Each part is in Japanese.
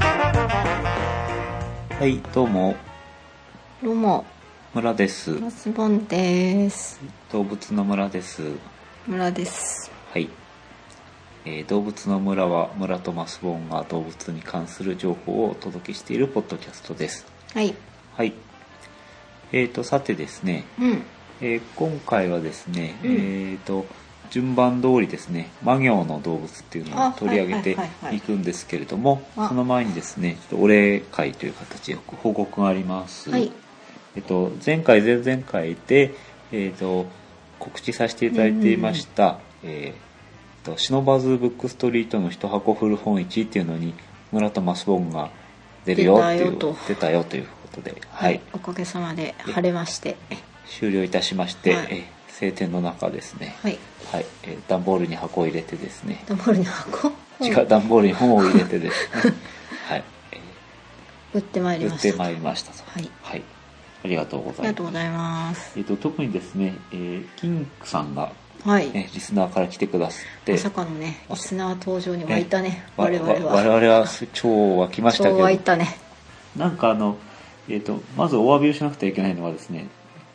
はい、どうも、どうも、村です。マスボンです。動物の村です。村です。はい。えー動物の村は、村とマスボンが動物に関する情報をお届けしているポッドキャストです。はい。はい。えーと、さてですね、うん。えー今回はですね、うんえーと、順番通りですね、魔行の動物っていうのをあ取り上げてはいはいはいはいいくんですけれども、あその前にですね、ちょっとお礼会という形で報告があります。はい。えっと、前回、前々回で、えっと、告知させていただいていました、えーっと、忍ばずブックストリートの一箱古本市っていうのに、村田マスボンが出るよってい出たよう、と出たよということで、はい、おかげさまで晴れまして。終了いたしまして、はいえー晴天の中ですね、はい。はい、えー段ボールに箱を入れてですね、ダンボールの箱違う。段ボールに本を入れてです ね、はい、売ってまいえりー売まっした。てまいりましたと。はい。はい、ありがとうごあざりいがとまうごす。ざいます。えっと、特にですね、えー、キンクさんが、はい。ね、リスナーから来てくださってまさかのね、リスナー登場に湧いたね。わ我々わは。我々は超沸きましたけ超ど湧いたね。なんかあの、えー、とまずお詫びをしなくてはいけないのはですね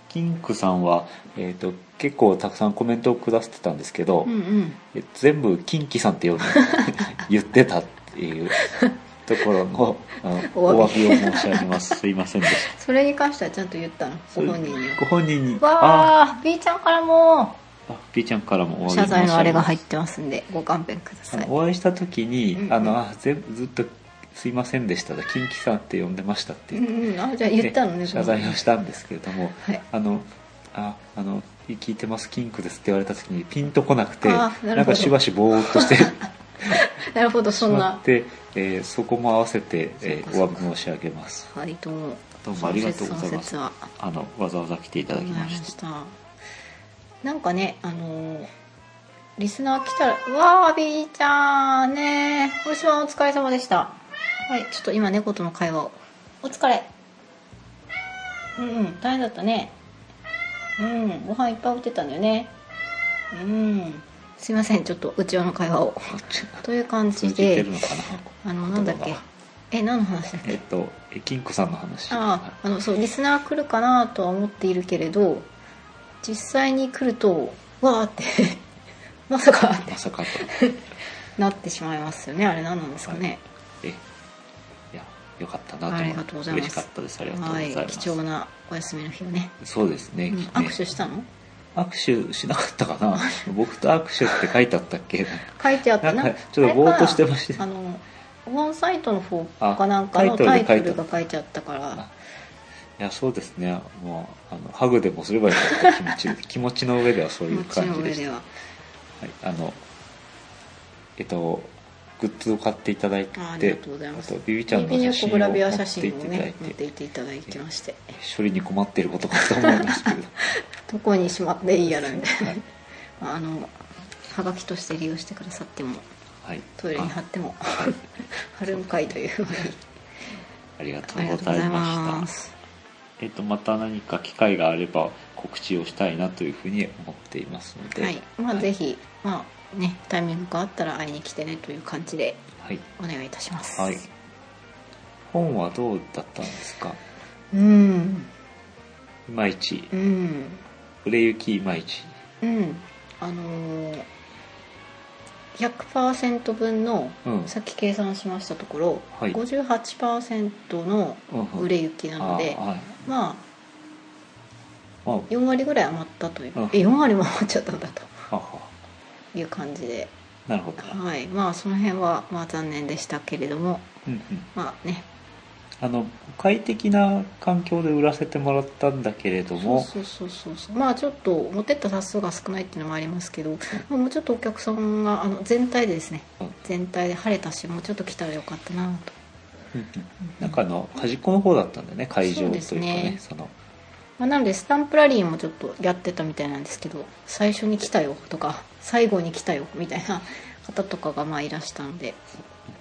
キンクさんは、えー、と結構たくさんコメントをくださってたんですけど、うんうん。え全部キンキさんって呼んで 言ってたっていう ところのあのおお詫び詫びを申し上げますすいませんでしそれに関してはちゃんと言ったの。たご本人には。ご本人にあわー、B ちゃんからも、あピーちゃんからもお詫び申し上げ謝ます罪のあれが入ってますんで、ご勘弁くだあさい。のお会いした時に、うんうんあのあ全部ずっと「すいませんでした」だ「キンキさんって呼んでました」ってう言ってんうん。あ、じゃあ言ったのね。謝罪をしたんですけれどもは「い。あのああの聞いてますキンクです」って言われた時にピンとこなくてあなるほどんかしばしぼーっと してなるほど、しそんまなっ。てそ,、えーそこも合わせて、えーそおうかそ詫うかび申し上げますはい、どうも。どうもありがとうございますその説はあのわざわざ来ていただきましたなんかね、あのーリスナー来たら、うわー、ビーちゃんねー、堀島お疲れ様でした。はい、ちょっと今猫との会話を。お疲れ。うんうん、大変だったね。うん、ご飯いっぱい置いてたんだよね。うん。すいません、ちょっとうちわの会話を。という感通じじてでる、のかなあの、なんだっ言け葉が。え、何の話だっけえっとえキンクさんの話あああのそうリスナー来るかなとは思っているけれど実際に来るとわーって まさかってまさかとなってしまいますよねあれ何なんですかね、えいやよかったなと思っあてりがとうございます嬉しかったですありがとうござはいい、ます貴重なお休みの日をね、そうですね,、うん、握手したの握手しなかったか な僕と握手って書いてあったっけ書いてあったなんかなちょっとぼーっとしてましたあれかなあの本サイトの方かなんかあのタタイイトトルで書いてあるルが書いてあったからいやそうですねもうあのハグでもすればよかった気持ち 気持ちの上ではそうい気う持ち感のじ上でしでたははい、あのえっとグッズを買っていただいてあありがとうございますあとビビちゃんの指に写真こうをグラビア持写ってい真をただいねて持っていていただきまして処理に困っていることかと思うんですけどどこにしまって いいやらみたいなはいまああのはがきとして利用してくださってもはいトイレに貼っても 貼るんかいというふうにありがとあうりごがとうござざいいましたますえっとまた何か機会があれば告知をしたいなというふうに思っていますのではいまあはいぜひまあねタイミングがあったら会いに来てねという感じではい、お願いいたしますはい、本はどうだったんですかうんいまいちうん売れ行きいまいちうんあのー100%分のうんうんさっき計算しましたところ、はい58%のうん売れ行きなのであはいまああは4割ぐらい余ったといううんえ4割も余っちゃったんだとはいう感じでなるほど、はいまあその辺はまあ残念でしたけれどもうんうん、まあねあの快適な環境で売らせてもらったんだけれどもそうそうそうそうまあちょっと持ってった多数が少ないっていうのもありますけど、まあもうちょっとお客さんがあの全体でですねうん全体で晴れたしもうちょっと来たらよかったなとうんうんなんかあの端っこの方だったんだよね会場というかねそそうですねのまあ、なのでスタンプラリーもちょっとやってたみたいなんですけど最初に来たよとか最後に来たよみたいな 方とかがまあいらしたので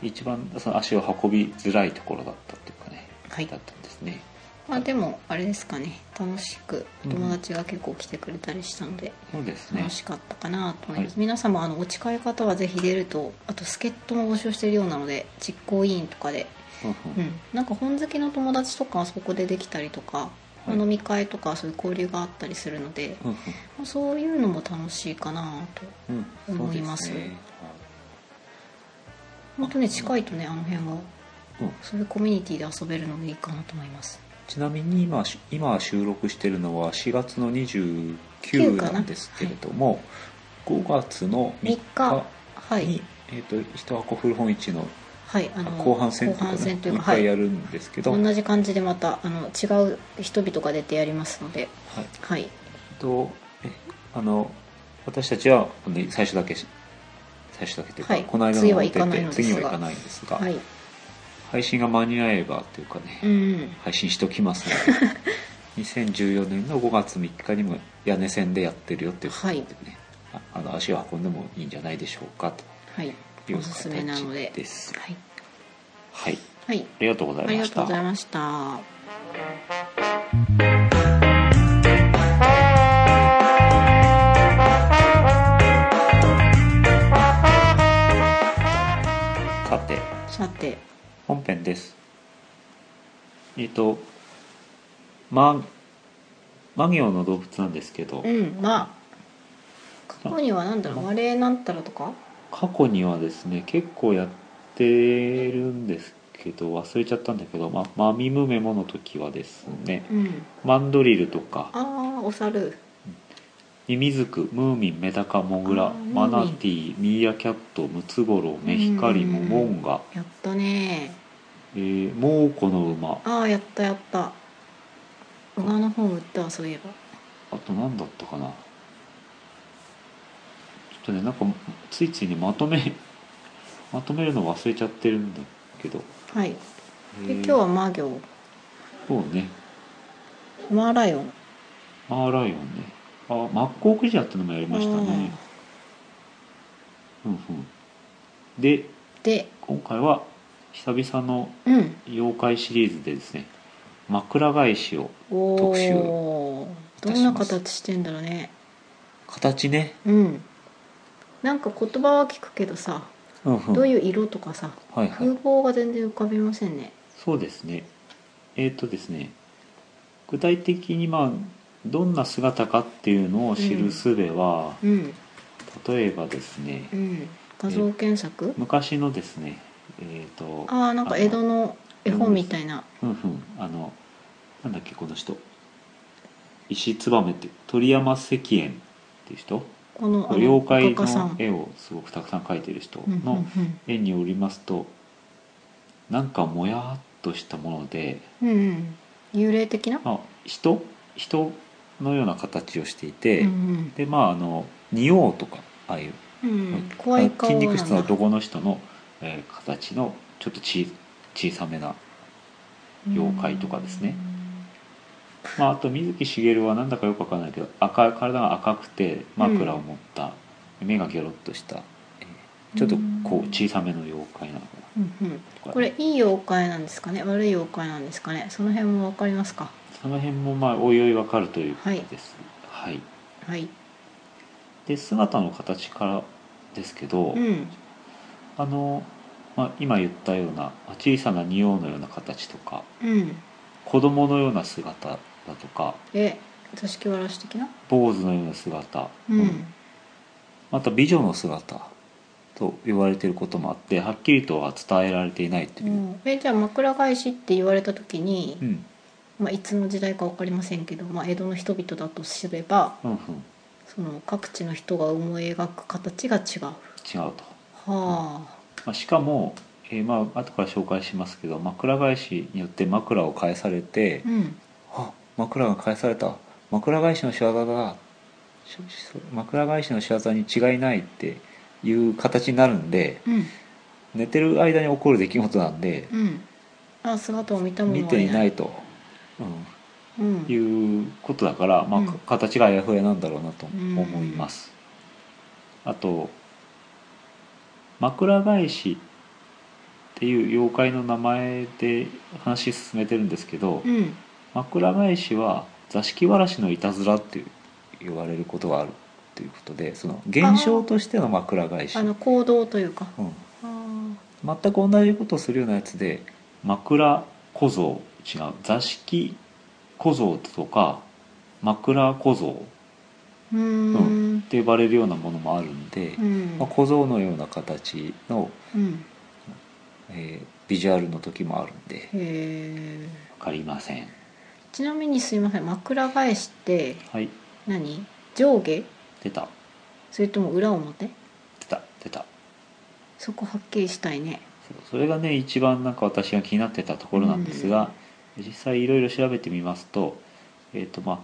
一番その足を運びづらいところだったっていうかね、はいだったんですねまあでもあれですかね楽しくお友達が結構来てくれたりしたのでそうですね楽しかったかなと思います、はい皆さんもあのお近い方はぜひ出るとあと助っ人も募集してるようなので実行委員とかで、うんううんん、なんか本好きの友達とかはそこでできたりとか、はい飲み会とかそういう交流があったりするので、うんまあそういうのも楽しいかなとうんうん思いますそうでね本当に近いとねあの辺はうんそういうコミュニティで遊べるのもいいかなと思いますちなみに今し今収録してるのは4月の9 29かななんですけれども、5月の3 3日日はに、いえー、と一箱古本市のはいあの後半戦というか、後半戦ね、という一かは回いやるんですけど、はい同じ感じでまたあの違う人々が出てやりますのではいとえあの私たちはあの最初だけし最初だけというか、はいこの間次のはを行かないのですが次は行かないんですが、はい配信が間に合えばというかね、うん配信しておきます ので2014年の5月3日にも屋根線でやってるよっていうことでね、ああの足を運んでもいいんじゃないでしょうかはいというおすすめな形のでですはい、はいはい、ありがとうござあいりまがしとたうございましたさてさて本編ですえっ、とまマ行の動物なんですけどうんまあ過去には何だろう「我なんたら」とか過去にはですね結構やってるんですけど忘れちゃったんだけど、ま、マミムメモの時はですねうんマンドリルとかああお猿ミミズクムーミンメダカモグあラーマナティーミーアキャットムツゴロウメヒカリモモンガ、やったねえー、モーコの馬ああやったやった小川の本売ったわそういえばあと何だったかなちょっとねなんかついついにまとめ まとめるの忘れちゃってるんだけど、はいでえー今日はマ行そうねマーライオンマーライオンねあマッコウクジラってのもやりましたねうんうんでうんで今回は久々のうん妖怪シリーズでですね枕返しをお特集おどんな形してんだろうね形ねうんなんか言葉は聞くけどさうんうんどういう色とかさはいはい風貌が全然浮かびませんねそうですねえっ、とですね具体的にまあどんな姿かっていうのを知る術は、うん例えばですねうん画像検索昔のですねえっ、とああなんか江戸の絵本みたいなうんうんあのなんだっけこの人石燕って鳥山石燕っていう人このあの妖怪画家さんの絵をすごくたくさん描いてる人うんうんの絵によりますとなんかもやっとしたものでうんうん幽霊的なまあ、人人のような形をしていて、うんでまああの仁王とかああいう、うんうん怖あいの顔筋なんだ肉質のどこの人の、えー形のちょっとち小さめな、妖怪とかですねまあ、あと水木しげるはなんだかよくわかんないけど赤い体が赤くて枕を持った、目がギョロッとした、えーちょっとこう小さめの妖怪なのかなうんうんとかねこれいい妖怪なんですかね悪い妖怪なんですかねその辺もわかりますかその辺もまあおいおいわかるということです。はいはいで姿の形からですけど、うんあの、まあ、今言ったようなまあ小さな仁王のような形とかうん子供のような姿だとかえ座敷わらし的な坊主のような姿、うん、また美女の姿と言われていることもあってはっきりとは伝えられていないというう、んえじゃあ枕返しって言われた時に、うん、まあ、いつの時代か分かりませんけど、まあ、江戸の人々だとすればうんうんその各地の人が思い描く形が違うは違うと、あまあ、しかも、えーまあ後から紹介しますけど枕返しによって枕を返されて、うんあ枕が返された枕返しの仕業だしし枕返しの仕業に違いないっていう形になるんでうん寝てる間に起こる出来事なんで、うんあ姿を見たもの見は、ていないいと、ううん、ん、いうことだから、まあうんか形があやふやなんだろうなと思います、あと枕返しっていう妖怪の名前で話進めてるんですけど、うん枕返しは座敷わらしのいたずらって言われることがあるということでその現象としての枕返し、あうん、の行動というかあー全く同じことをするようなやつで枕小僧違う座敷小僧とか枕小僧うーんって呼ばれるようなものもあるんで、うんまあ、小僧のような形の、うんえービジュアルの時もあるんでへえ分かりませんちなみにすいません枕返しってはい何上下出たそれとも裏表出た出たそこはっきりしたいねそうそれがね一番なんか私が気になってたところなんですが、実際いろいろ調べてみますと,、えーとまあ、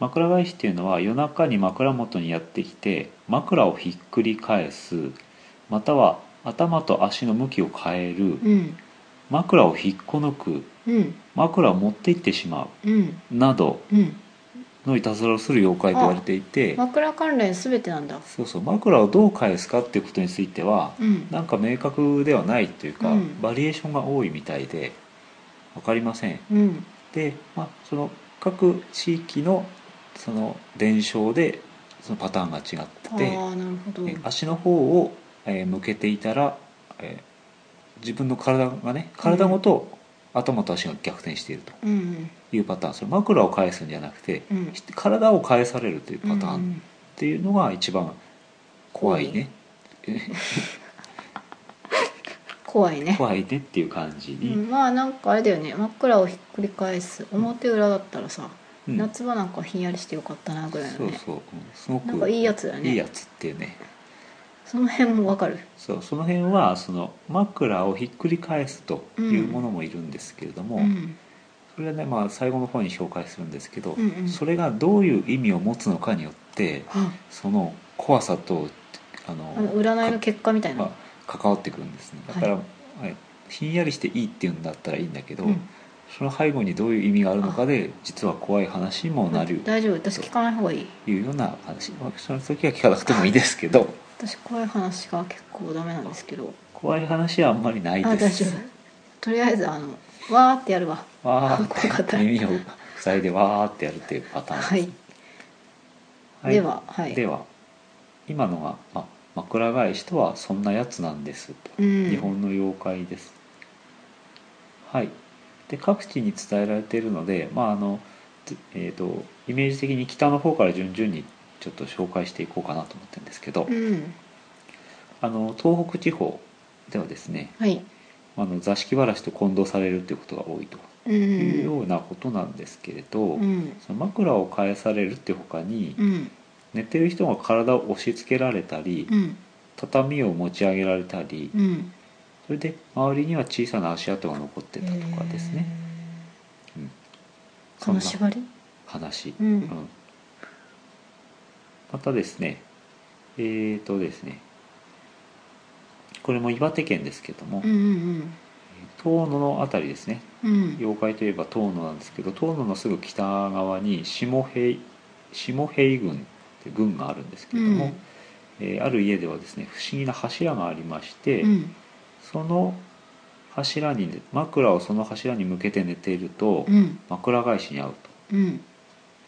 枕返しっていうのは夜中に枕元にやってきて枕をひっくり返すまたは頭と足の向きを変えるうん枕を引っこ抜くうん枕を持って行ってしまうんうなどうんのいたずらをする妖怪と言われていて枕関連すべてなんだそうそう枕をどう返すかっていうことについてはうんなんか明確ではないというか、うんバリエーションが多いみたいで分かりませんうんで、まあ、その各地域のその伝承でそのパターンが違ああってーなるほどてえ足の方をえー向けていたらえー自分の体がね体ごと頭と足が逆転しているとうんいうパターンそれ枕を返すんじゃなくてうんひ体を返されるというパターうンんっていうのが一番怖いね怖いね怖いねっていう感じうに、んまあなんかあれだよね枕をひっくり返す表裏だったらさ、うん夏場なんかひんやりしてよかったなぐらいのそうねそう、うんすごくなんかいいやつだねいいやつっていうねその辺もわかるそうその辺はその枕をひっくり返すというものもいるんですけれども、うんそれはね、まあ、最後の方に紹介するんですけど、うんうんそれがどういう意味を持つのかによってあその怖さとあのあの占いの結果みたいなが関わってくるんですねだから、はいひんやりしていいっていうんだったらいいんだけど、うんその背後にどういう意味があるのかで実は怖い話にもなる大丈夫私聞かない方がいいというような話、まあ、その時は聞かなくてもいいですけど私怖い話が結構ダメなんですけど怖い話はあんまりないあで大丈す夫とりあえずあのわーってやるわわ怖かーっったて耳を塞いでわーってやるっていうパターンはい、でははいでは今のが、まあ、枕返しとはそんなやつなんですと、うん日本の妖怪ですはいで各地に伝えられているのでまああのつえー、とイメージ的に北の方から順々にちょっと紹介していこうかなと思ってるんですけど、うんあの東北地方ではですねはいあの座敷わらしと混同されるということが多いとういうよんうなことなんですけれど、うんその枕を返されるって他に、うん寝てる人が体を押し付けられたり、うん畳を持ち上げられたり、うんそれで周りには小さな足跡が残ってたとかですね、へーうんこの縛り話、ううんんまたですねえーとですねこれも岩手県ですけども、うんうん遠野の辺りですねうんうん妖怪といえば遠野なんですけど遠野のすぐ北側に下平下平郡って郡があるんですけれども、うんえーある家ではですね不思議な柱がありまして、うんその柱にね枕をその柱に向けて寝ていると、うん枕返しに遭ううん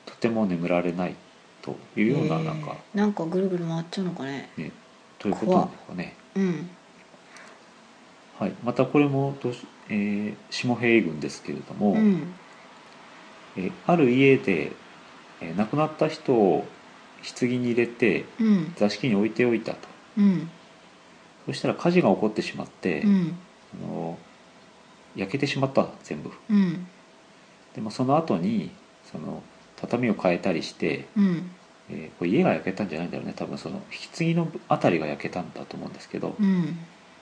ととても眠られないというようななんか、えーなんかぐるぐる回っちゃうのかねね、ということなんですかね、うんはい、またこれもどうし、えー下平郡ですけれども、うんえーある家で、えー亡くなった人を棺に入れてうん座敷に置いておいたとうんそしたら火事が起こってしまって、うんあの焼けてしまった全部うんでもその後にその畳を変えたりして、うんえーこれ家が焼けたんじゃないんだろうね多分その棺のあたりが焼けたんだと思うんですけど、うん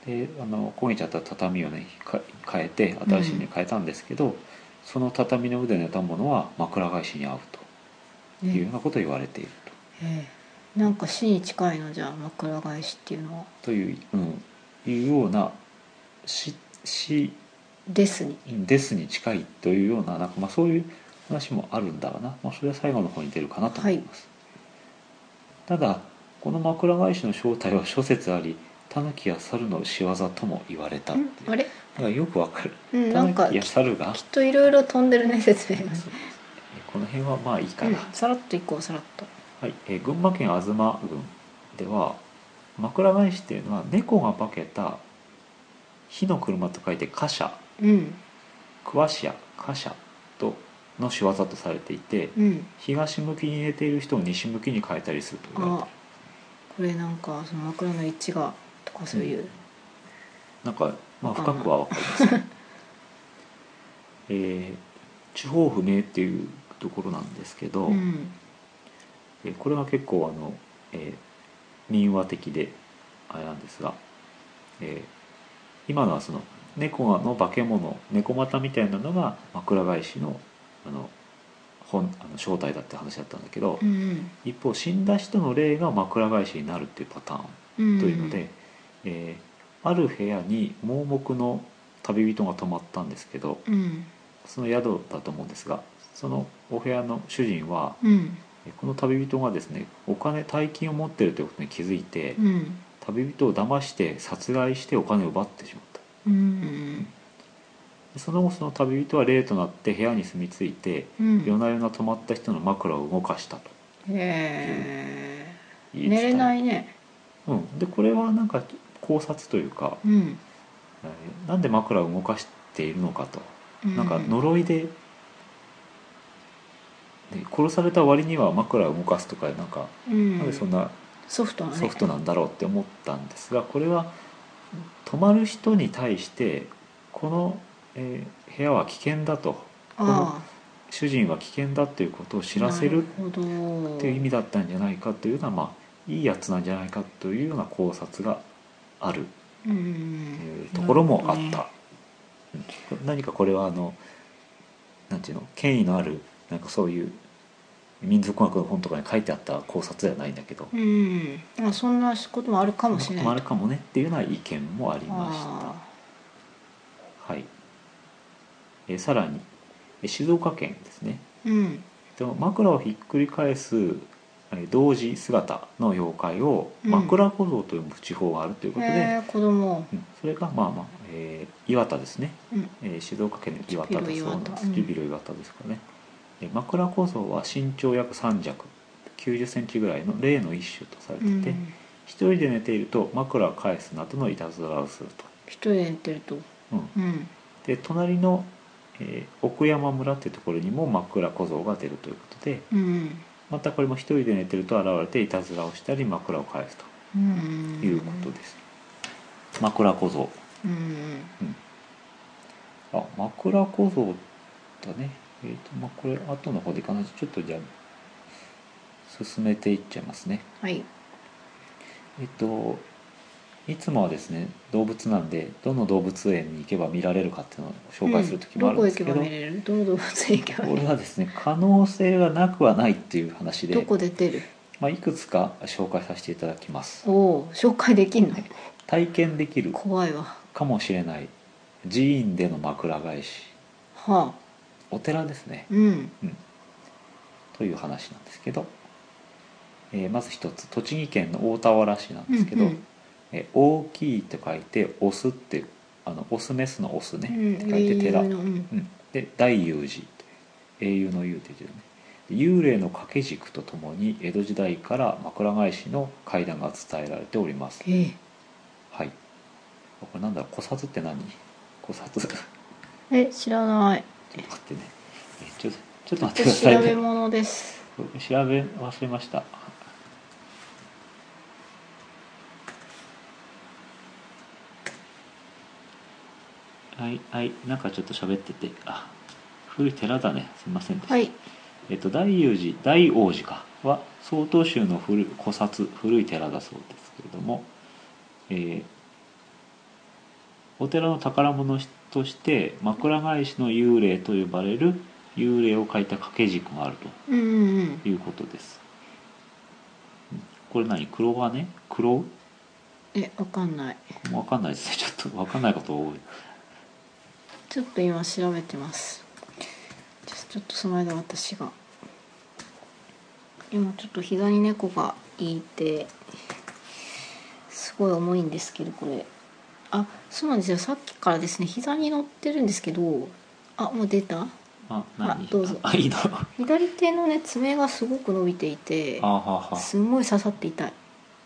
であの焦げちゃった畳をねか変えて新しいのに変えたんですけど、その畳の上で寝たものは枕返しに合うというようなことを言われていると。ええなんか死に近いのじゃあ枕返しっていうのはという,、うん、いうような死死ですにですに近いというようななんか、まあ、そういう話もあるんだがな、まあ、それは最後の方に出るかなと思います、ただこの枕返しの正体は諸説ありタヌキや猿の仕業とも言われたっていうんあれだからよくわかるうんタなヌんかキや猿がきっといろいろ飛んでるね説明がねそうこの辺はまあいいかうな、んさらっといこうさらっとはいえー群馬県東郡では枕返しっていうのは猫が化けた火の車と書いて貨車うんクワシア貨車との仕業とされていて、うん東向きに寝ている人を西向きに変えたりすると言われてあこれなんかその枕の位置がとかそういう、るなんか、まあ、わか深んないくは分かりま せんえー地方不明っていうところなんですけど、うんえーこれは結構あの、えー民話的であれなんですが、えー今のはその猫の化け物猫股みたいなのが枕返しのあの本あの正体だって話だったんだけど、うん一方死んだ人の霊が枕返しになるっていうパターンうんというので、えーある部屋に盲目の旅人が泊まったんですけどうんその宿だと思うんですがそのお部屋の主人はうんえこの旅人がですねお金大金を持ってるということに気づいてうん旅人を騙して殺害してお金を奪ってしまったうんでその後その旅人は霊となって部屋に住み着いてうん夜な夜な泊まった人の枕を動かしたとへ言、え寝れないいねうん、でこれはなんか考察というかうんえーなんで枕を動かしているのかと、なんかの呪いでで殺された割には枕を動かすとかなんか、うんなんでそんなソフトなねソフトなんだろうって思ったんですがこれは泊まる人に対してこの、えー部屋は危険だとああ主人は危険だということを知らせるなるほどっていう意味だったんじゃないかというのはまあいいやつなんじゃないかというような考察があるういんうところもあっなるた、うん何かこれはあのなんていうの権威のあるなんかそういう民族学の本とかに書いてあった考察ではないんだけど、ほどねうんあそんなこともあるかもしれないまああるかもねっていうような意見もありましたあはいえさらにえ静岡県ですねあうんでも枕をひっくり返すえ同時姿の妖怪をうん枕小僧と呼ぶ地方があるということで、へえ子供うんそれがまあまあ、えー岩田ですねうんえー静岡県の岩田だそうなんですジジュュビビロ岩田ですかね、えー枕構造は身長約3尺9 0センチぐらいの霊の一種とされてうて、ん一人で寝ていると枕を返すなどのいたずらをすると、一人で寝てるとうん、うんで隣の、えー奥山村っていうところにも枕小僧が出るということでうんまたこれも一人で寝てると現れていたずらをしたり枕を返すうんということです、枕小僧うんあ枕小僧だねえっ、とまあこれ後の方でいかないとちょっとじゃあ進めていっちゃいますねはいえっ、といつもはですね動物なんでどの動物園に行けば見られるかっていうのを紹介する時もあるんですけど,、うんどこ行けば見れるどの動物園行けば見これれるはですね可能性がなくはないっていう話どで、こで出るまあ、いくつか紹介させていただきますおお紹介できんの体験できる怖いわかもしれない寺院での枕返しはあお寺ですねうんという話なんですけど、えーまず一つ栃木県の大田原市なんですけど「うんうんえー大きい」と書いて「オス」ってあのオスメスの「オスね」うんって書いて「寺」英う雄のんうんで「大雄寺」英雄の雄っていう字だねで幽霊の掛け軸とともに江戸時代から枕返しの階段が伝えられておりますええはいこれなんだろう古刹って何古刹 ちょっえ知らないと待ってねえーちょちょっと待ってくだ私さい調ねべ物です調べ忘れましたはいはいなんかちょっと喋っててあ古い寺だねすいませんでした、はいえっと大雄寺大王寺かは曹洞宗の古古刹古い寺だそうですけれども、えーお寺の宝物として枕返しの幽霊と呼ばれる幽霊を描いた掛け軸があるうんうんうんということですこれ何黒羽ね黒えわかんないわかんないですね ちょっとわかんないこと多いちょっと今調べてますちょちょっとその間私が今ちょっと膝に猫がいてすごい重いんですけどこれあそうなんですよさっきからですね膝に乗ってるんですけどあもう出たあ何あどうぞあいいのあ左手のね爪がすごく伸びていてははすんごい刺さって痛い、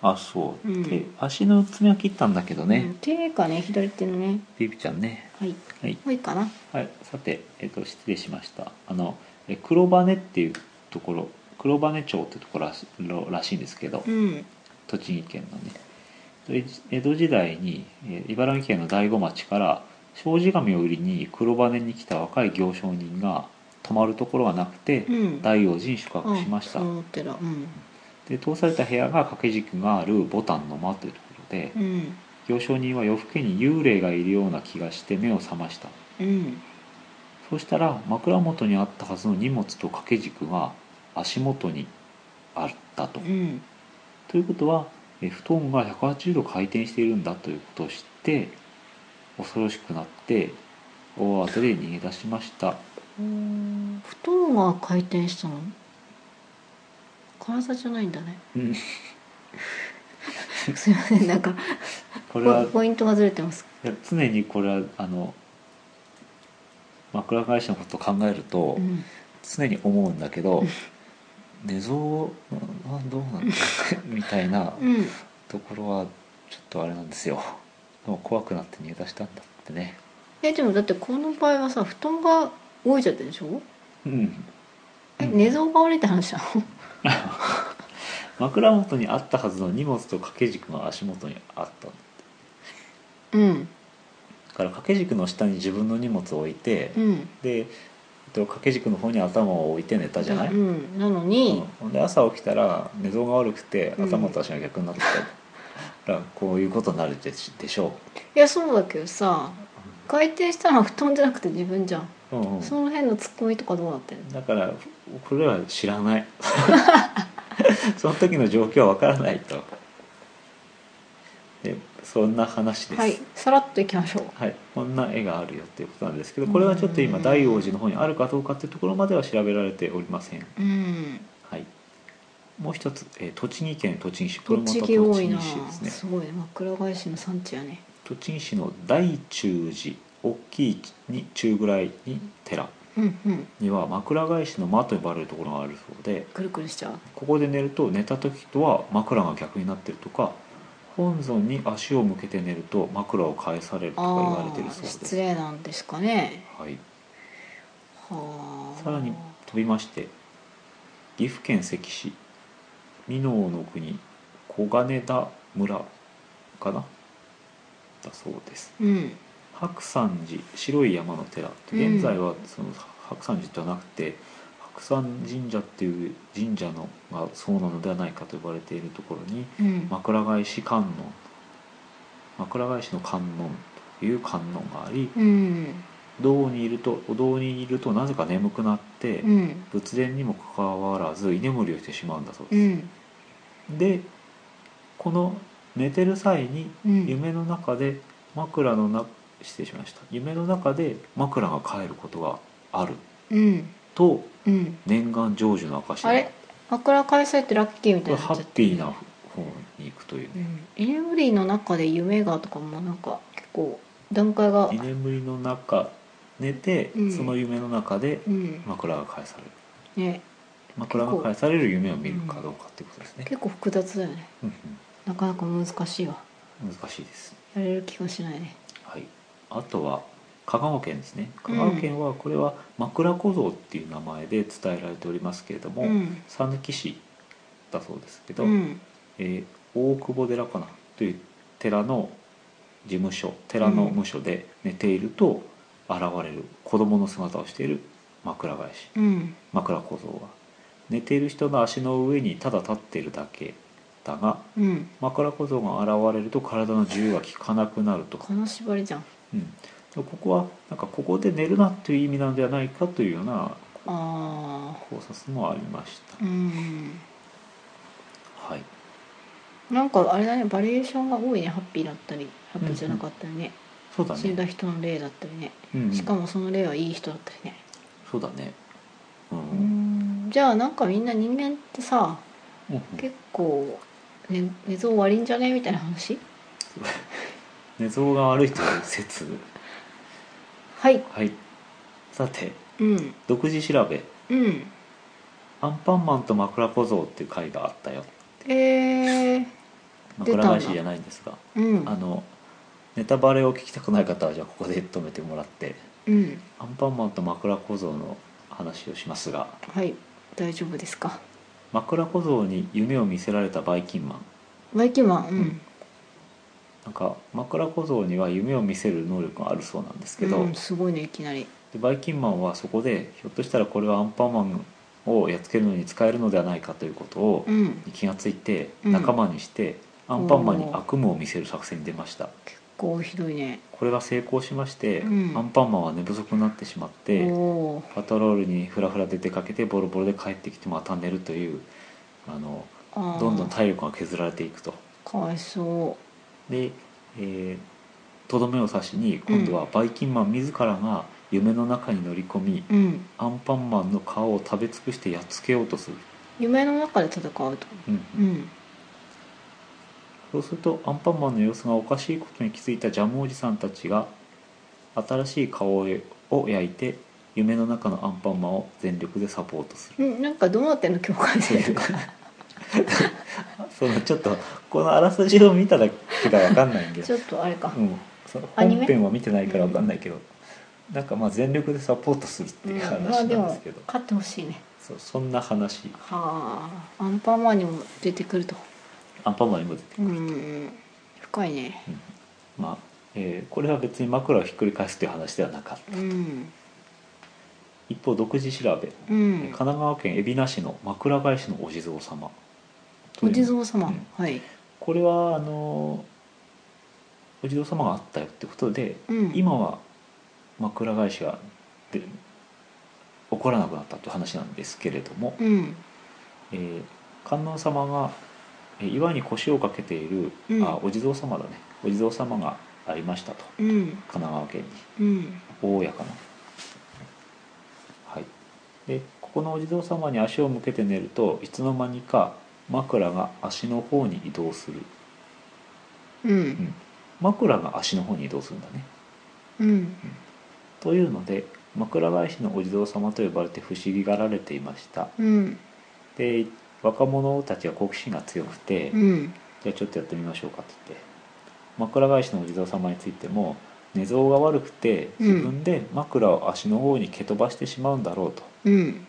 あそう、うんで足の爪は切ったんだけどね、うん手かね左手のねビビちゃんねはいはいもういいかなはい、さて、えっと失礼しましたあのえ黒羽っていうところ黒羽町ってところらしらしいんですけど、うん栃木県のねえ江戸時代にえー茨城県の大子町から障子紙を売りに黒羽に来た若い行商人が泊まるところがなくて、うん大王寺に宿泊しましたあそのお寺うんで通された部屋が掛け軸があるボタンの間というところでうん行商人は夜更けに幽霊がいるような気がして目を覚ましたうんそうしたら枕元にあったはずの荷物と掛け軸が足元にあったと。うんということはえ布団が180度回転しているんだということを知って恐ろしくなって大慌てで逃げ出しましたうん布団が回転したの体じゃないんだ ねうんすいませんなんかこポれはポイントがずれてますいや常にこれはあの枕返しのことを考えると、うん常に思うんだけど寝相はどうなんだみたいなうんところはちょっとあれなんですよ でも怖くなって逃げ出したんだってねえでもだってこの場合はさ布団が動いちゃってるでしょうんえうん寝相が悪いって話なの枕元にあったはずの荷物と掛け軸が足元にあっただ うんから掛け軸の下に自分の荷物を置いて、うんでえっと掛け軸の方に頭を置いて寝たじゃない、うん、なのに、うんで朝起きたら寝相が悪くてうん頭と足が逆になってたら、こういうことになるでしでしょいやそうだけどさ回転したのは布団じゃなくて自分じゃん、う、うんうんその辺のツッコミとかどうなってんのだからこれは知ら ないその時の状況はわからないとでそんな話です、はいさらっといきましょうはい、こんな絵があるよっていうことなんですけどこれはちょっと今大王寺の方にあるかどうかっていうところまでは調べられておりません、うんはい、もう一つ、えー栃木県栃木市これもまた栃栃木多いな木市ですねすごい枕返しの産地やね栃木市の大中寺大きいに中ぐらいに寺うんうんには枕返しの間と呼ばれるところがあるそうでくるくるしちゃうここで寝ると寝た時とは枕が逆になってるとか本尊に足を向けて寝ると枕を返されるとか言われてるそうあーで失す、礼なんですかねはい、はあさらに飛びまして岐阜県関市箕面の国小金田村かなだそうですうん白山寺白い山の寺うん現在はその白山寺ではなくて白山神社っていう神社のがそうなのではないかと呼ばれているところにうん、枕返し観音枕返しの観音という観音がありうん堂にいるとお堂にいるとなぜか眠くなって、うん仏殿にもかかわらず居眠りをしてしまうんだそううです、んでこの寝てる際にうん夢の中で枕のな失礼しました夢の中で枕が帰ることがあるうんとうん念願成就の証あれ枕返されてラッキーみこたいれにハなっちゃッってピるーな方に行くといううねん、居眠りの中で夢がとかもなんか結構段階が居眠りの中寝て、うんその夢の中でうん枕が返されるね枕が返される夢を見るかどうかっていうことですね、結構複雑だよねうんなかなか難しいわうん難しいですやれる気がしないねはい、あとは香川県ですね香川県はこれは枕小僧っていう名前で伝えられておりますけれどもうん讃岐、市だそうですけど、うんえー大久保寺かなという寺の事務所寺の務所で寝ていると現れる子供の姿をしている枕返しうん枕小僧は寝ている人の足の上にただ立っているだけだがうん枕小僧が現れると体の自由が利かなくなると金縛りじゃんうん、ここはなんかここで寝るなっていう意味なんではないかというようなああ考察もありました、うんはいなんかあれだねバリエーションが多いねハッピーだったりハッピーじゃなかったりね、そうだね死んだ人の霊だったりね、うんうんしかもその霊はいい人だったりね、そうだねうんうーんじゃあなんかみんな人間ってさうんうん結構ね寝相悪いんじゃねみたいな話寝相が悪いという説はいはいさてうん独自調べうん「アンパンマンと枕小僧」っていう回があったよえー、出た枕んだ返しじゃないんですがうんあのネタバレを聞きたくない方はじゃあここで止めてもらってうんアンパンマンと枕小僧の話をしますがはい大丈夫ですか枕小僧に夢を見せられたバイキンマンバイキンマンうん、なんか枕小僧には夢を見せる能力があるそうなんですけど、うん、すごいねいきなりでバイキンマンはそこでひょっとしたらこれはアンパンマンをやっつけるのに使えるのではないかということをうん気がついてうん仲間にして、アンパンマンに悪夢を見せる作戦に出ました結構ひどいねこれが成功しまして、うんアンパンマンは寝不足になってしまって、おーパトロールにフラフラで出かけてボロボロで帰ってきてまた寝るというあのあーどんどん体力が削られていくとかわいそでえーとどめを刺しに今度はバイキンマン自らが夢の中に乗り込み、ううんアンパンマンの皮を食べ尽くしてやっつけようとする、夢の中で戦うとうんうんそうするとアンパンマンの様子がおかしいことに気づいたジャムおじさんたちが新しい顔を焼いて夢の中のアンパンマンを全力でサポートするうんなんかどうなってんの境界って線いとうかそのちょっとこのあらすじを見ただけがわかんないんで ちょっとあれかう、ん、そのアニメ本編は見てないからわかんないけど、なんかまあ全力でサポートするってういんう話まなあんでですもけど、勝ってほしいねそうそんな話はあアンパンマンにも出てくるとアンパンマンにも出てくうる、ん深いねまあえーこれは別に枕をひっくり返すという話ではなかったうん一方独自調べ、う神ん奈川県海老名市の枕返しのお地蔵様といおう地蔵様、うんはいこれはあのーお地蔵様があったよってことでうん今は枕返しがで起こらなくなったという話なんですけれども、うんえー観音様がえー岩に腰をかけている、うんあお地蔵様だねお地蔵様がありましたとうん神奈川県にうん大家かなはいでここのお地蔵様に足を向けて寝るといつの間にか枕が足の方に移動するううんん枕が足の方に移動するんだねうんというので枕返しのお地蔵様と呼ばれて不思議がられていましたうんで若者たちは好奇心が強くて、うんじゃあちょっとやってみましょうかって言って枕返しのお地蔵様についても寝相が悪くてうん自分で枕を足の方に蹴飛ばしてしまうんだろうとうん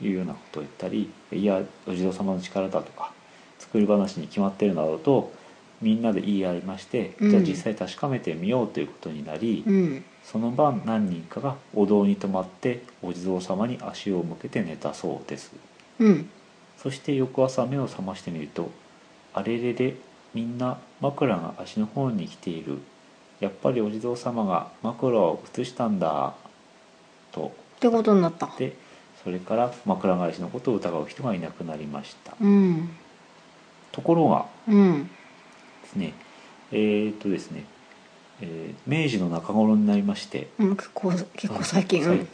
いうようなことを言ったりいやお地蔵様の力だとか作り話に決まってるなどとみんなで言い合いまして、うんじゃあ実際確かめてみようということになり、うんその晩何人かがお堂に泊まってお地蔵様に足を向けて寝たそうですうんそして翌朝目を覚ましてみるとあれれれみんな枕が足の方に来ているやっぱりお地蔵様が枕を移したんだとってことになったでそれから枕返しのことを疑う人がいなくなりましたうんところがうんですねえーっとですね、えー明治の中頃になりましてうん結構結構最近う最ん近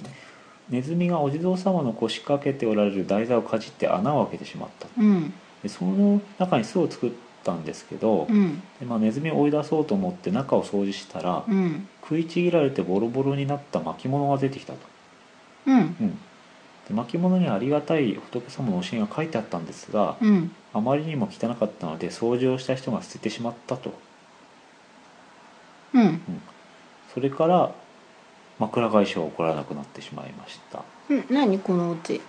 ネズミがお地蔵様の腰掛けておられる台座をかじって穴を開けてしまったうんでその中に巣を作ったんですけど、うんでまあ、ネズミを追い出そうと思って中を掃除したら、うん食いちぎられてボロボロになった巻物が出てきたと、うんうん、で巻物にありがたい仏様の教えが書いてあったんですが、うんあまりにも汚かったので掃除をした人が捨ててしまったとうんそれから枕返しは起こらなくなってしまいましたうん何このお家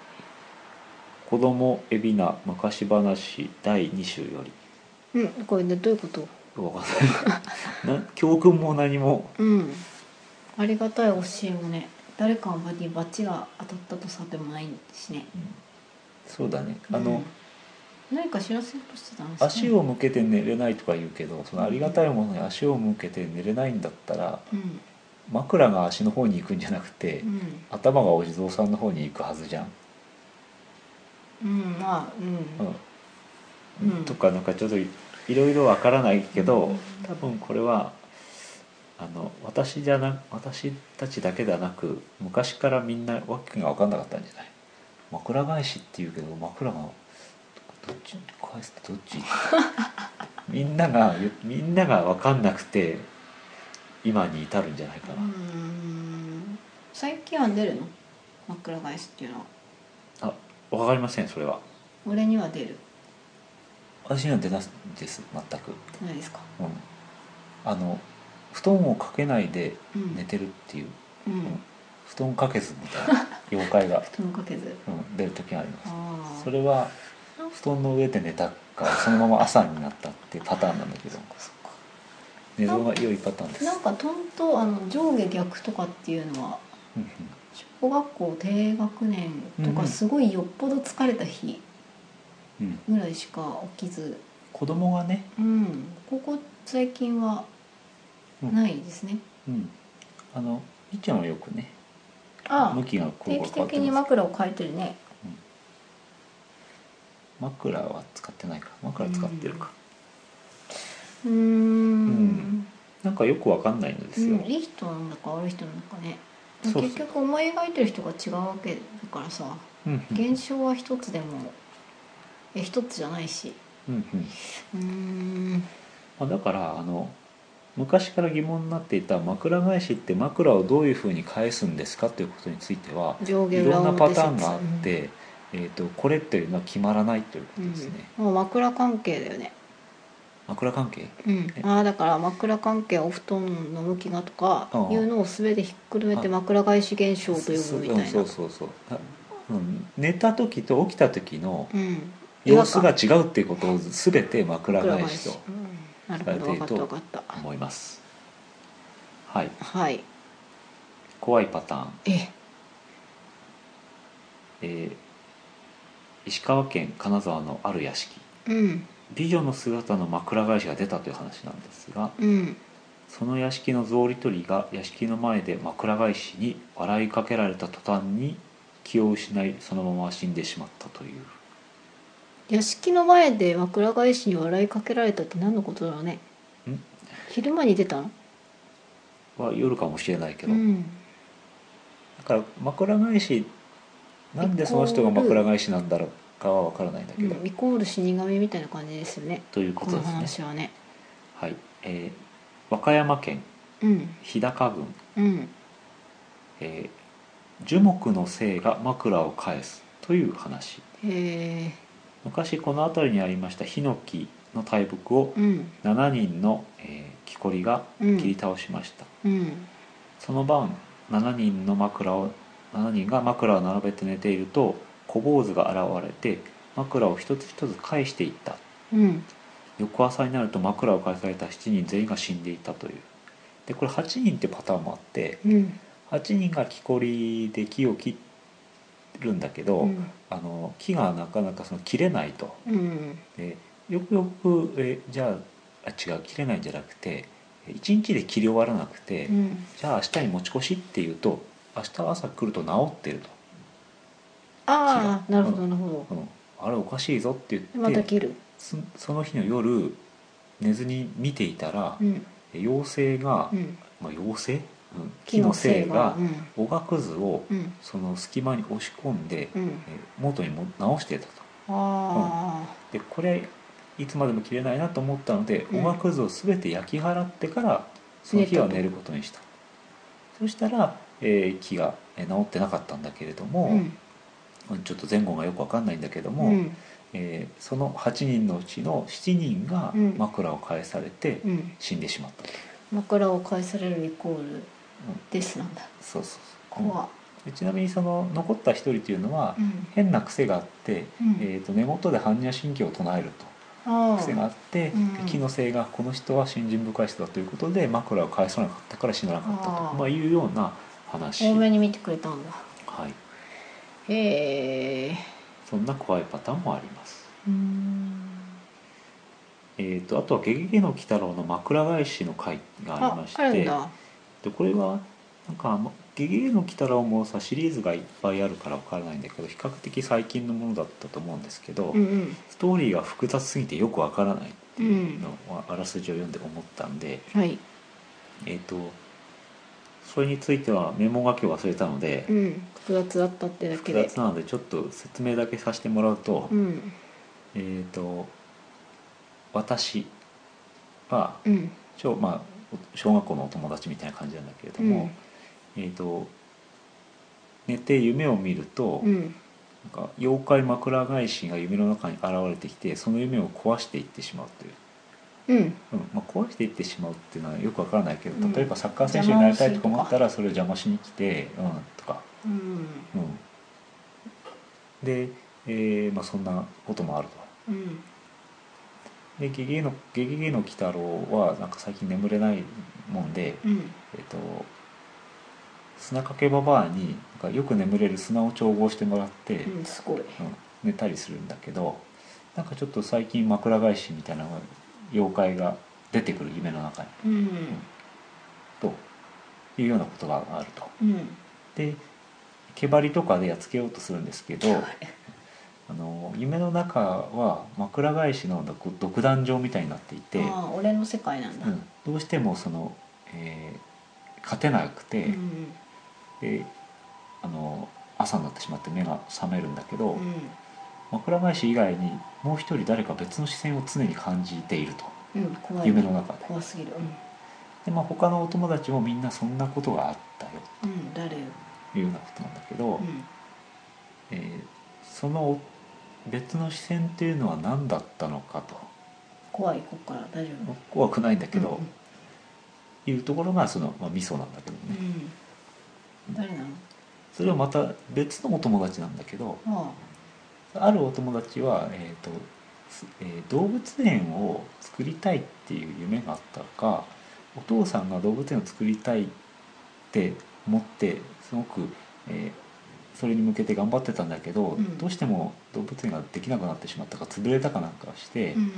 子供海老名昔話第2集よりうんこれねどういうことわかんないな教訓も何もうんありがたい教えもね誰かのバディバチが当たったとさでもないしねそうだねうんあの、何か知らせようとしてたんですかね足を向けて寝れないとか言うけどそのありがたいものに足を向けて寝れないんだったらうん枕が足の方に行くんじゃなくて、うん頭がお地蔵さんの方に行くはずじゃん、うんまあうんうんうんとかなんかちょっといいろいろわからないけど、うん多分これはあの私じゃな私たちだけではなく昔からみんなわけが分かんなかったんじゃない枕返しっていうけど枕がどっち返すってどっ ちみんながみんなが分かんなくて今に至るんじゃないかな、うん最近は出るの枕返しっていうのはあ分かりませんそれは俺には出る私には出ないです全く、ないですかうん、あの布団をかけないでうん寝てるっていう、うん布団かけずみたいな妖怪が、 布団かけずうん、出る時がありますああそれは布団の上で寝たからそのまま朝になったっていうパターンなんだけどそっか寝相が良いパターンですなんかとんとあの上下逆とかっていうのはうんうん小学校低学年とうんうかんすごいよっぽど疲れた日うん、ぐらいしか起きず子供がね、うんここ最近はないですね、うん、あのみっちゃんはよくねあ向あきがこう定変わ期って的にます枕を変えてるね枕は使ってないか枕使ってるか、うーんんなんかよくわかんないのでうすよ、ん、いい人なんだか悪い人なんだかねそうそう結局思い描いてる人が違うわけだからさうんうん現象は一つでもえ一つじゃないしうんうんうーんまあ、だからあの昔から疑問になっていた枕返しって枕をどういうふうに返すんですかということについては上下い裏ろんなパ表説ターンがあって、えー、とこれというのは決まらないというこうとんですね、うんもう枕関係だよね枕関係うん、あーだから枕関係お布団の向きがとかうんいうのを全てひっくるめて枕返し現象と呼ぶみたいなそうそうそうそうあうん寝た時と起きた時のうん様子が違うっていうことを全て枕返しとうん、なるほど分かった分かった思いますはいはい怖いパターン、えええー石川県金沢のある屋敷うん美女の姿の枕返しが出たという話なんですがうんその屋敷の草履取りが屋敷の前で枕返しに笑いかけられた途端に気を失いそのまま死んでしまったという屋敷の前で枕返しに笑いかけられたって何のことだろうねん昼間に出たのは夜かもしれないけうど、んだから枕返しなんでその人が枕返しなんだろうかは分からないんだけど、うんイコール死神みたいな感じですよねというこことのです話ねはねはい、えー和歌山県うん日高郡、うんえー樹木の精が枕を返すという話へえ昔この辺りにありましたヒノキの大木をうん7人の、えー木こりが切り倒しました、うんその晩7人の枕を7人が枕を並べて寝ていると小坊主が現れて枕を一つ一つ返していったうん翌朝になると枕を返された7人全員が死んでいたというでこれ8人ってパターンもあってうん8人が木こりで木を切るんだけど、うんあの木がなかなかその切れないとうんでよくよくえじゃああ違う切れないんじゃなくて1日で切り終わらなくて、うんじゃあ明日に持ち越しっていうと明日朝来ると治ってると、ああなるほどなるほうんあれおかしいぞってど言まったて切るそその日の夜寝ずに見ていたら、うん妖精が、うんまあ、妖精、うん木の精がうんおがくずをうんその隙間に押し込んで、うんえ元にも直してたとああでこれいつまでも切れないなと思ったので、うんおがくずを全て焼き払ってからその日は寝たと寝ることにしたそしたら、えー木がえー治ってなかったんだけれども、うんちょっと前後がよくわかんないんだけども、うんえーその8人のうちの7人がうん枕を返されてうん死んでしまった、枕を返されるイコールですなんだそうそうそう怖っうんちなみにその残った1人というのはうん変な癖があって、うんえーと根元で般若心経を唱えるとあ癖がああって、うん気のせいがこの人は信心深い人だということで枕を返さなかったから死ななかったとあーまあ、いうような話、多はめい、に見てくれたんだへえそんな怖いパターンもあります、うーんえー、とあとは「ゲゲゲの鬼太郎」の枕返しの回がありあましあるんてだでこれはなんかま「ゲゲゲの鬼太郎」もさシリーズがいっぱいあるからわからないんだけど比較的最近のものだったと思うんですけど、うんうんストーリーが複雑すぎてよくわからないっていうのうをあらすじを読んで思ったんで、はいえっとそれについてはメモ書きを忘れたので、うん複雑だったってだけ複で雑なのでちょっと説明だけさせてもらうと、うんえっと私はうん小,、まあ、小学校のお友達みたいな感じなんだけれども、えっと寝て夢を見ると、うんなんか妖怪枕返しが夢の中に現れてきてその夢を壊していってしまうという、うんうんまあ、壊していってしまうっていうのはよくわからないけど、うん例えばサッカー選手になりたいとか思ったらそれを邪魔しに来て、うん、とか、うんうん、で、えーまあ、そんなこともあると。うんで「ゲゲゲのゲゲゲの鬼太郎」はなんか最近眠れないもんで、うんえっと砂かけばばあになんかよく眠れる砂を調合してもらって、うんすごいうん寝たりするんだけどなんかちょっと最近枕返しみたいなのが妖怪が出てくる夢の中にうんというようなことがあると。うんで毛針とかでやっつけようとするんですけどあの夢の中は枕返しの独独壇場みたいになっていて、ああ俺の世界なんだうん、どうしてもその、えー勝てなくて、うんであの朝になってしまって目が覚めるんだけど、うん枕返し以外にもう一人誰か別の視線を常に感じているとうん怖い夢の中で怖すぎるで、まあ、他のお友達もみんなそんなことがあったようんうん誰よというようなことなんだけど、うんえーその別の視線っていうのは何だったのかと怖いこっから大丈夫怖くないんだけど、うんいうところがその、まあ、ミソなんだけどね、うん誰なのそれはまた別のお友達なんだけど、ああるお友達は、えーとすえー動物園を作りたいっていう夢があったかお父さんが動物園を作りたいって思ってすごく、えーそれに向けて頑張ってたんだけど、うんどうしても動物園ができなくなってしまったか潰れたかなんかして、あうん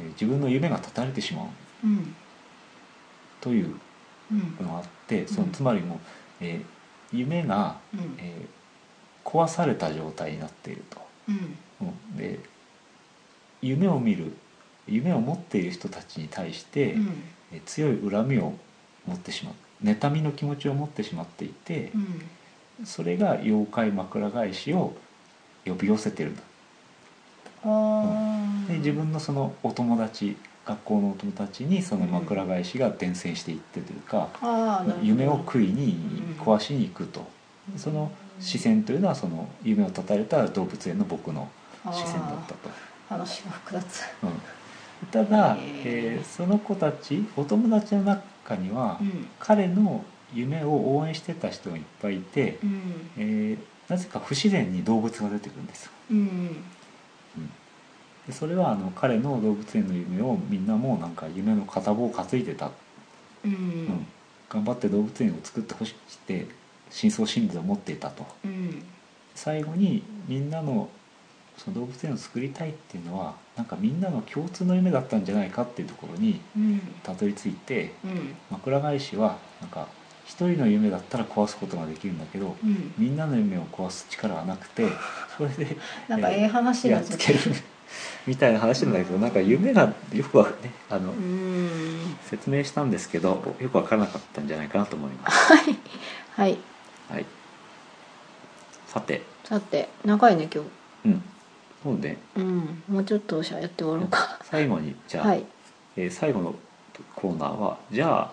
えー自分の夢が断たれてしまううんといううんのがあってそのうんつまりもう、えー夢が、うんえー壊された状態になっていると。うんうん、で夢を見る夢を持っている人たちに対して、うんえ強い恨みを持ってしまう妬みの気持ちを持ってしまっていてう、んそれが妖怪枕返しを呼び寄せてるんだああで自分のそのお友達学校のお友達にその枕返しが伝染していってというか、ああなるほど夢を食いにうん壊しに行くと、その視線というのはその夢を断たれた動物園の僕の視線だったと。あー話が複雑うん、ただ、へーえーその子たちお友達の中には、うん彼の夢を応援してた人がいっぱいいて、うんえーなぜか不自然に動物が出てくるんですようんでそれはあの彼の動物園の夢をみんなもうなんか夢の片棒を担いでた、ううんん頑張って動物園を作ってほしくて真相心理を持っていたとうん最後にみんなのその動物園を作りたいっていうのはなんかみんなの共通の夢だったんじゃないかっていうところにうんたどり着いてうん枕返しはなんか一人の夢だったら壊すことができるんだけどうんみんなの夢を壊す力はなくてそれでなんかええ話やだっつけるみたいな話なんだけどなんか夢がよくはねあのうん説明したんですけどよく分からなかったんじゃないかなと思います、はいはいはい、さてさて長いね今うんそうね日うんもうちょっとじゃあやって終わろうか最後にじゃあ、はいえー最後のコーナーはじゃあ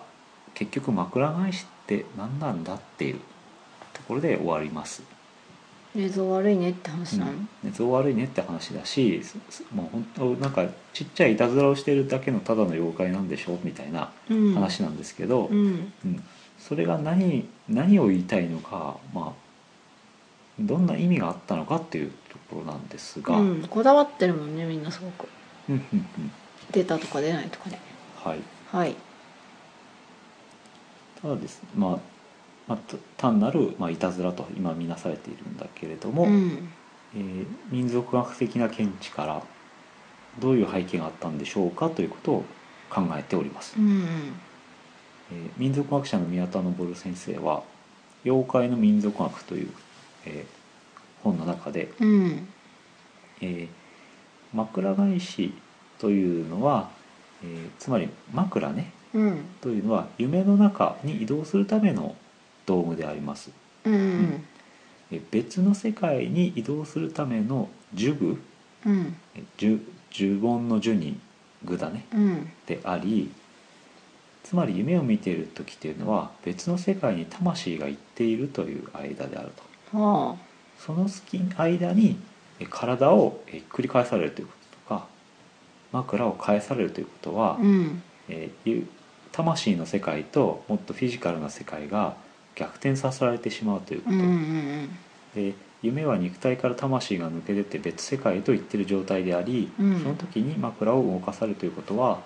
結局枕返しって何なんだっていうところで終わります映像悪いねって話なの寝相悪いねって話だしすすもう本当なんかちっちゃいいたずらをしてるだけのただの妖怪なんでしょみたいなうん話なんですけど、ううんんそれが何何を言いたいのか、まあ、どんな意味があったのかっていうところなんですが、ううんんこだわってるもんねみんなすごくうんうんデータとか出ないとかねはい、はいただです、まあまあ、た単なる、まあ、いたずらと今見なされているんだけれども、うんえー民族学的な見地からどういう背景があったんでしょうかということを考えておりますう。んええー民族学者の宮田昇先生は「妖怪の民族学」という、えー本の中で、うんえー枕返しというのは、えーつまり枕ねうんというのは夢の中に移動するための道具であります。うんえー別の世界に移動するための呪具うんえー呪呪文の呪に具だねうんでありつまり夢を見ている時というのは別の世界に魂が行っているという間であるとはその隙間にえ体をえ繰り返されるということとか枕を返されるということあは、うんえーゆ魂の世界ともっとフィジカルな世界が逆転させられてしまうというこうと、んうんで夢は肉体から魂が抜け出て別世界へと行ってる状態であり、うんその時に枕を動かされるということは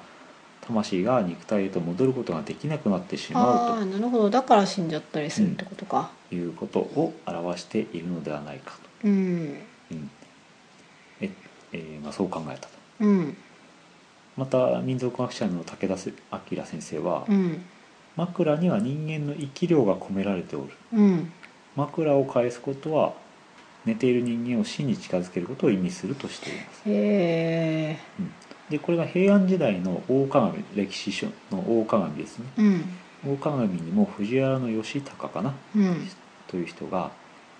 魂が肉体へと戻ることができなくなってしあまあうなるほどだから死んじゃったりするってことかということを表しているのではないかうんと、うんええーまあ、そう考えたとうんまた民族学者の武田せ明先生は、うん枕には人間の生き量が込められておるうん枕を返すことは寝ている人間を死に近づけることを意味するとしていますへえでこれが平安時代の大鏡歴史書の大鏡ですねうん大鏡にも藤原義高かなうんという人が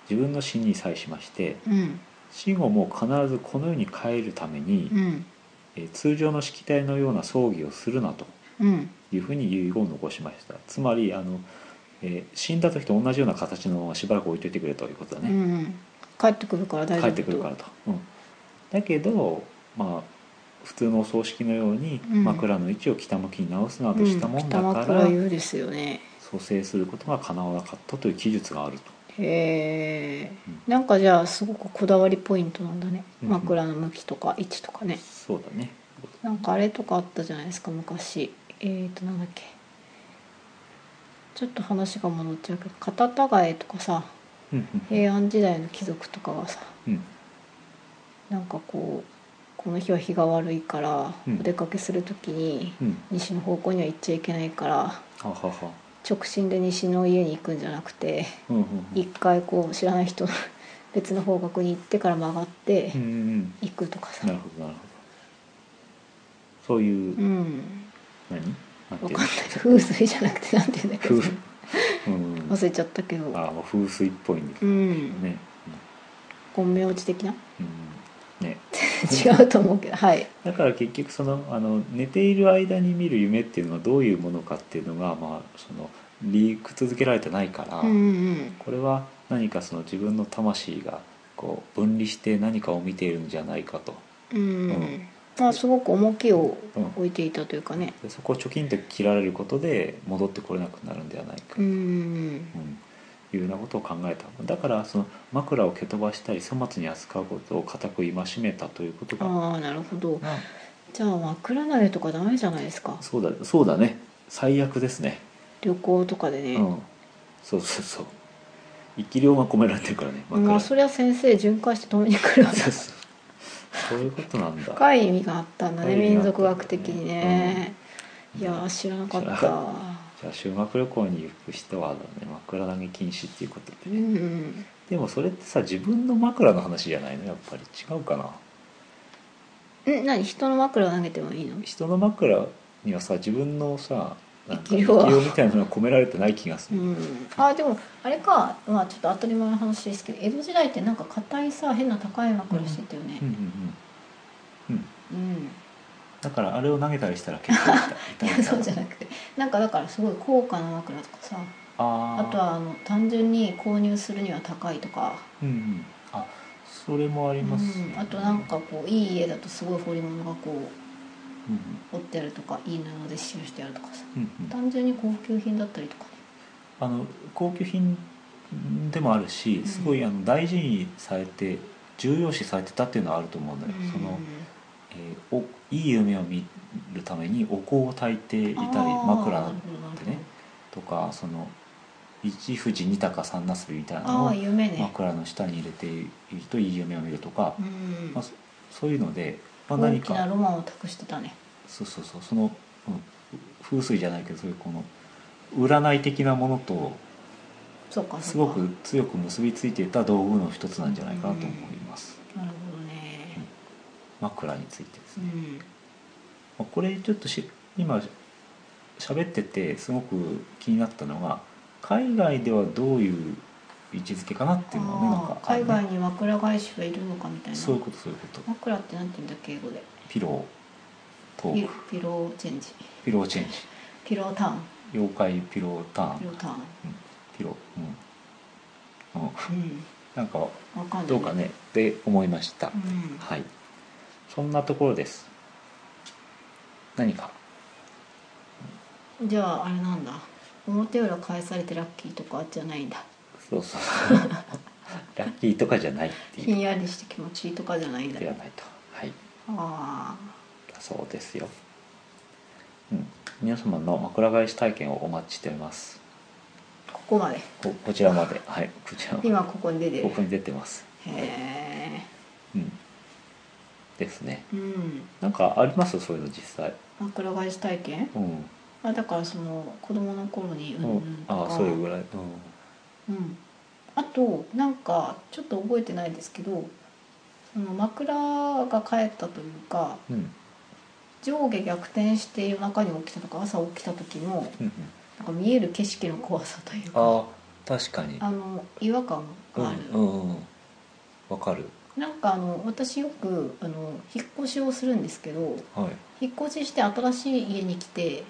自分の死に際しましてうん死後も必ずこの世に帰るために、うんえー通常の式体のような葬儀をするなとうんいうふうに遺言を残しましたつまりあの、えー死んだ時と同じような形のまましばらく置いといてくれということだうね、ん帰ってくるから大丈帰夫ってくるからと、うん、だけどまあ普通のお葬式のようにうん枕の位置を北向きに直すなどうんしたもんだか北ら、枕湯ですよね蘇生することが叶わなかったという記述があるとへえうんなんかじゃあすごくこだわりポイントなんだねうん枕の向きとか位置とかねそうだねなんかあれとかあったじゃないですか昔えっ、ー、となんだっけちょっと話が戻っちゃうけど片田替えとかさうんうん平安時代の貴族とかはさうんなんかこうこの日は日が悪いからうんお出かけする時にうん西の方向には行っちゃいけないからははは直進で西の家に行くんじゃなくてうんうん一回こう知らない人の 別の方角に行ってから曲がってうんうん行くとかさなるほどなるほどそういう、うん何なんわていかうんない風水じゃなくてなんていうんだっけ風 うんうん忘れちゃったけどああもう風水っぽいんだけうどんね、本名落ち的なうんうん、ね 違うと思うけどはいだから結局そのあの寝ている間に見る夢っていうのはどういうものかっていうのが、まあ、その理屈づけられてないから、うんうんこれは何かその自分の魂がこう分離して何かを見ているんじゃないかとうんうん、うんまあすごく重きをうん置いていたというかねでそこをチョキンと切られることで戻ってこれなくなるんではないか、ううんんいうようなことを考えただからその枕を蹴飛ばしたり粗末に扱うことを固く戒めたということが、ああなるほどまあじゃあ枕投げとかダメじゃないですかそうだそうだね最悪ですね旅行とかでね、うん、そうそうそう生き量が込められてるからね枕まあそそうりゃ先生巡回して止めに来る わけそうそういうことなんだ深い意味があったんだね深い意味民があった族学的にね、うんいやー知らなかっ知らなたかじゃあ修学旅行に行く人はだ、ね、枕投げ禁止っていうことうで、んうんでもそれってさ自分の枕の話じゃないのやっぱり違うかなえ何人の枕投げてもいいの人の枕にはさ自分のさなんか生き量は生き量みたいなのが込められてない気がすうる、ん、あでもあれか、まあ、ちょっと当たり前の話ですけど江戸時代ってなんか硬いさ変な高い枕してたよねうん、うんうんうん うんだからあれを投げたりしたら結構痛いいや そうじゃなくてなんかだからすごい高価な枕とかさああーとはあの単純に購入するには高いとか、うんうんあそれもありうんます、あとなんかこういい家だとすごい彫り物がこううん彫ってあるとかいい布で刺繍してあるとかさうんうん単純に高級品だったりとかねあの高級品でもあるしんすごいあの大事にされて重要視されてたっていうのはあると思うんだよ、その、えーおいい夢を見るためにお香を焚いていたり枕っなんてねとかその一富士二鷹三なすびみたいなのあをあ夢ね、枕の下に入れているといい夢を見るとかう、んまあ、そそういうので、まあ、大何きなかロマンを託してたねそうそうそうその、うん、風水じゃないけどそういうこの占い的なものとそうかそうかすごく強く結びついていた道具の一つなんじゃないかなと思います、なるほどね枕についてですうね、んまあこれちょっとし今喋っててすごく気になったのが海外ではどういう位置づけかなっていうのはねなんあかー海あ外るねに枕返しはいるのかみたいなそういうことそういうこと枕ってなんて言うんだっけ英語でピロートピーロクピローチェンジピローチェンジピローターン妖怪ピローターンピローターンピローうん、うん、うなんかんわかんないどうかねって思いました、うんはいそんなところです何かじゃああれなんだ表裏返されてラッキーとかじゃないんだそうそうそうラッキーとかじゃないってひいんうやりして気持ちいいとかじゃないんだではないとはいあだそうですよ、うん、皆様の枕返し体験をお待ちしておりますあここまでここちらまではいこちらまで今ここに出てるここに出てますへうんですねえうんなんかありますそういうの実際枕返し体験うん、あだからその子供の頃にううんうんん、とかああそういうぐらい、うん、うん、あとなんかちょっと覚えてないですけどその枕が返ったというかうん上下逆転して夜中に起きたとか朝起きた時のうんうんなんか見える景色の怖さというかああ確かにあの違和感がある、うんうんうんわかるなんかあの私よくあの引っ越しをするんですけどはい引っ越しして新しい家に来て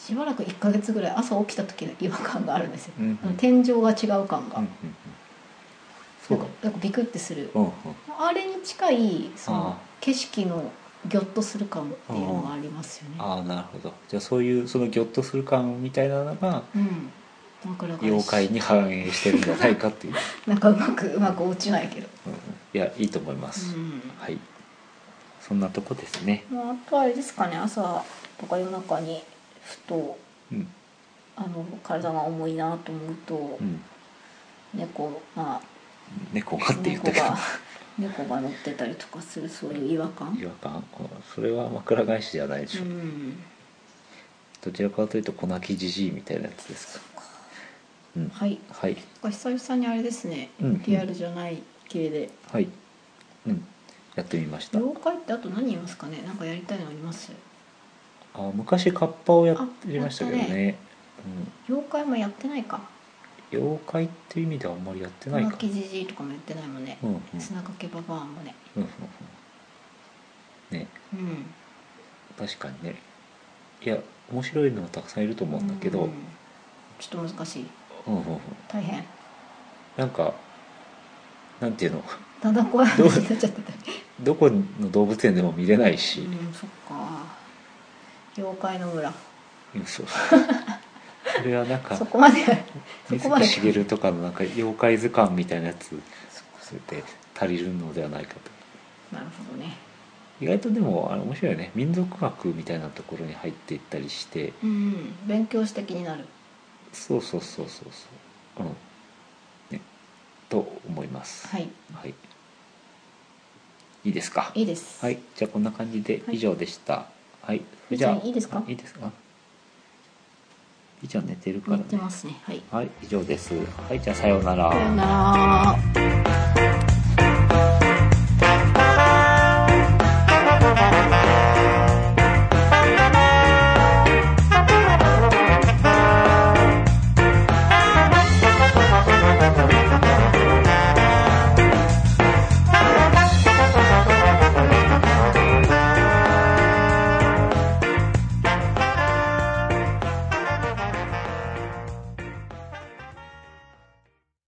ししばらく1ヶ月ぐらい朝起きた時の違和感があるんですよ、うんうんあの天井が違う感が、うんうんうんそうだなんかなんかビクってするうんうんあれに近いあそのあ景色のギョッとする感っていうのがありますよね。ああなるほどじゃあそういうそのギョッとする感みたいなのがうん。枕返し妖怪に反映してるんじゃないかっていう、なんかうまくうまく落ちないけど。うんうん、いやいいと思います、うん。はいそんなとこですねまああとあれですかね朝とか夜中にふとうんあの体が重いなと思うと、うん猫ま猫があって言っ猫たけどが 猫が乗ってたりとかするそういう違和感違。和感それは枕返しじゃないでしうょ、ん。どちらかというと粉木じじいみたいなやつですかうんはい。はいなんか久々にあれですね。うんリアルじゃない系で。はいうんやってみました妖怪ってあと何いますかねなんかやりたいのありますあ昔カッパをやありましたけどやったね妖怪もやってないかうん、妖怪っていう意味ではあんまりやってない浮か気じじいとかもやってないもんねうんうん砂かけばばあもねうんうんうんねうん確かにねいや面白いのはたくさんいると思うんだけど、ううんんちょっと難しいうんうん、大変なんかなんていうのだんだん怖いどう話になっちゃってたどこの動物園でも見れないうし、んそっか妖怪の村うん そうそれはなんかそこまでそこ 水まで木そしげるとかのなんか妖怪図鑑みたいなやつこそそれで足りるのではないかとこなるほどね意外とでもあれ面白いよね民族学みたいなところに入っていったりしてうんうん勉強して気になるそうそうそうそうそううんねと思いますはいはい、いいですかいいですはいじゃあこんな感じではい以上でしたはい、みじーちゃんゃあいいですかあいいですかいいじゃん寝てるかやらってねますねはいはい以上ですはいじゃあさようならさよなら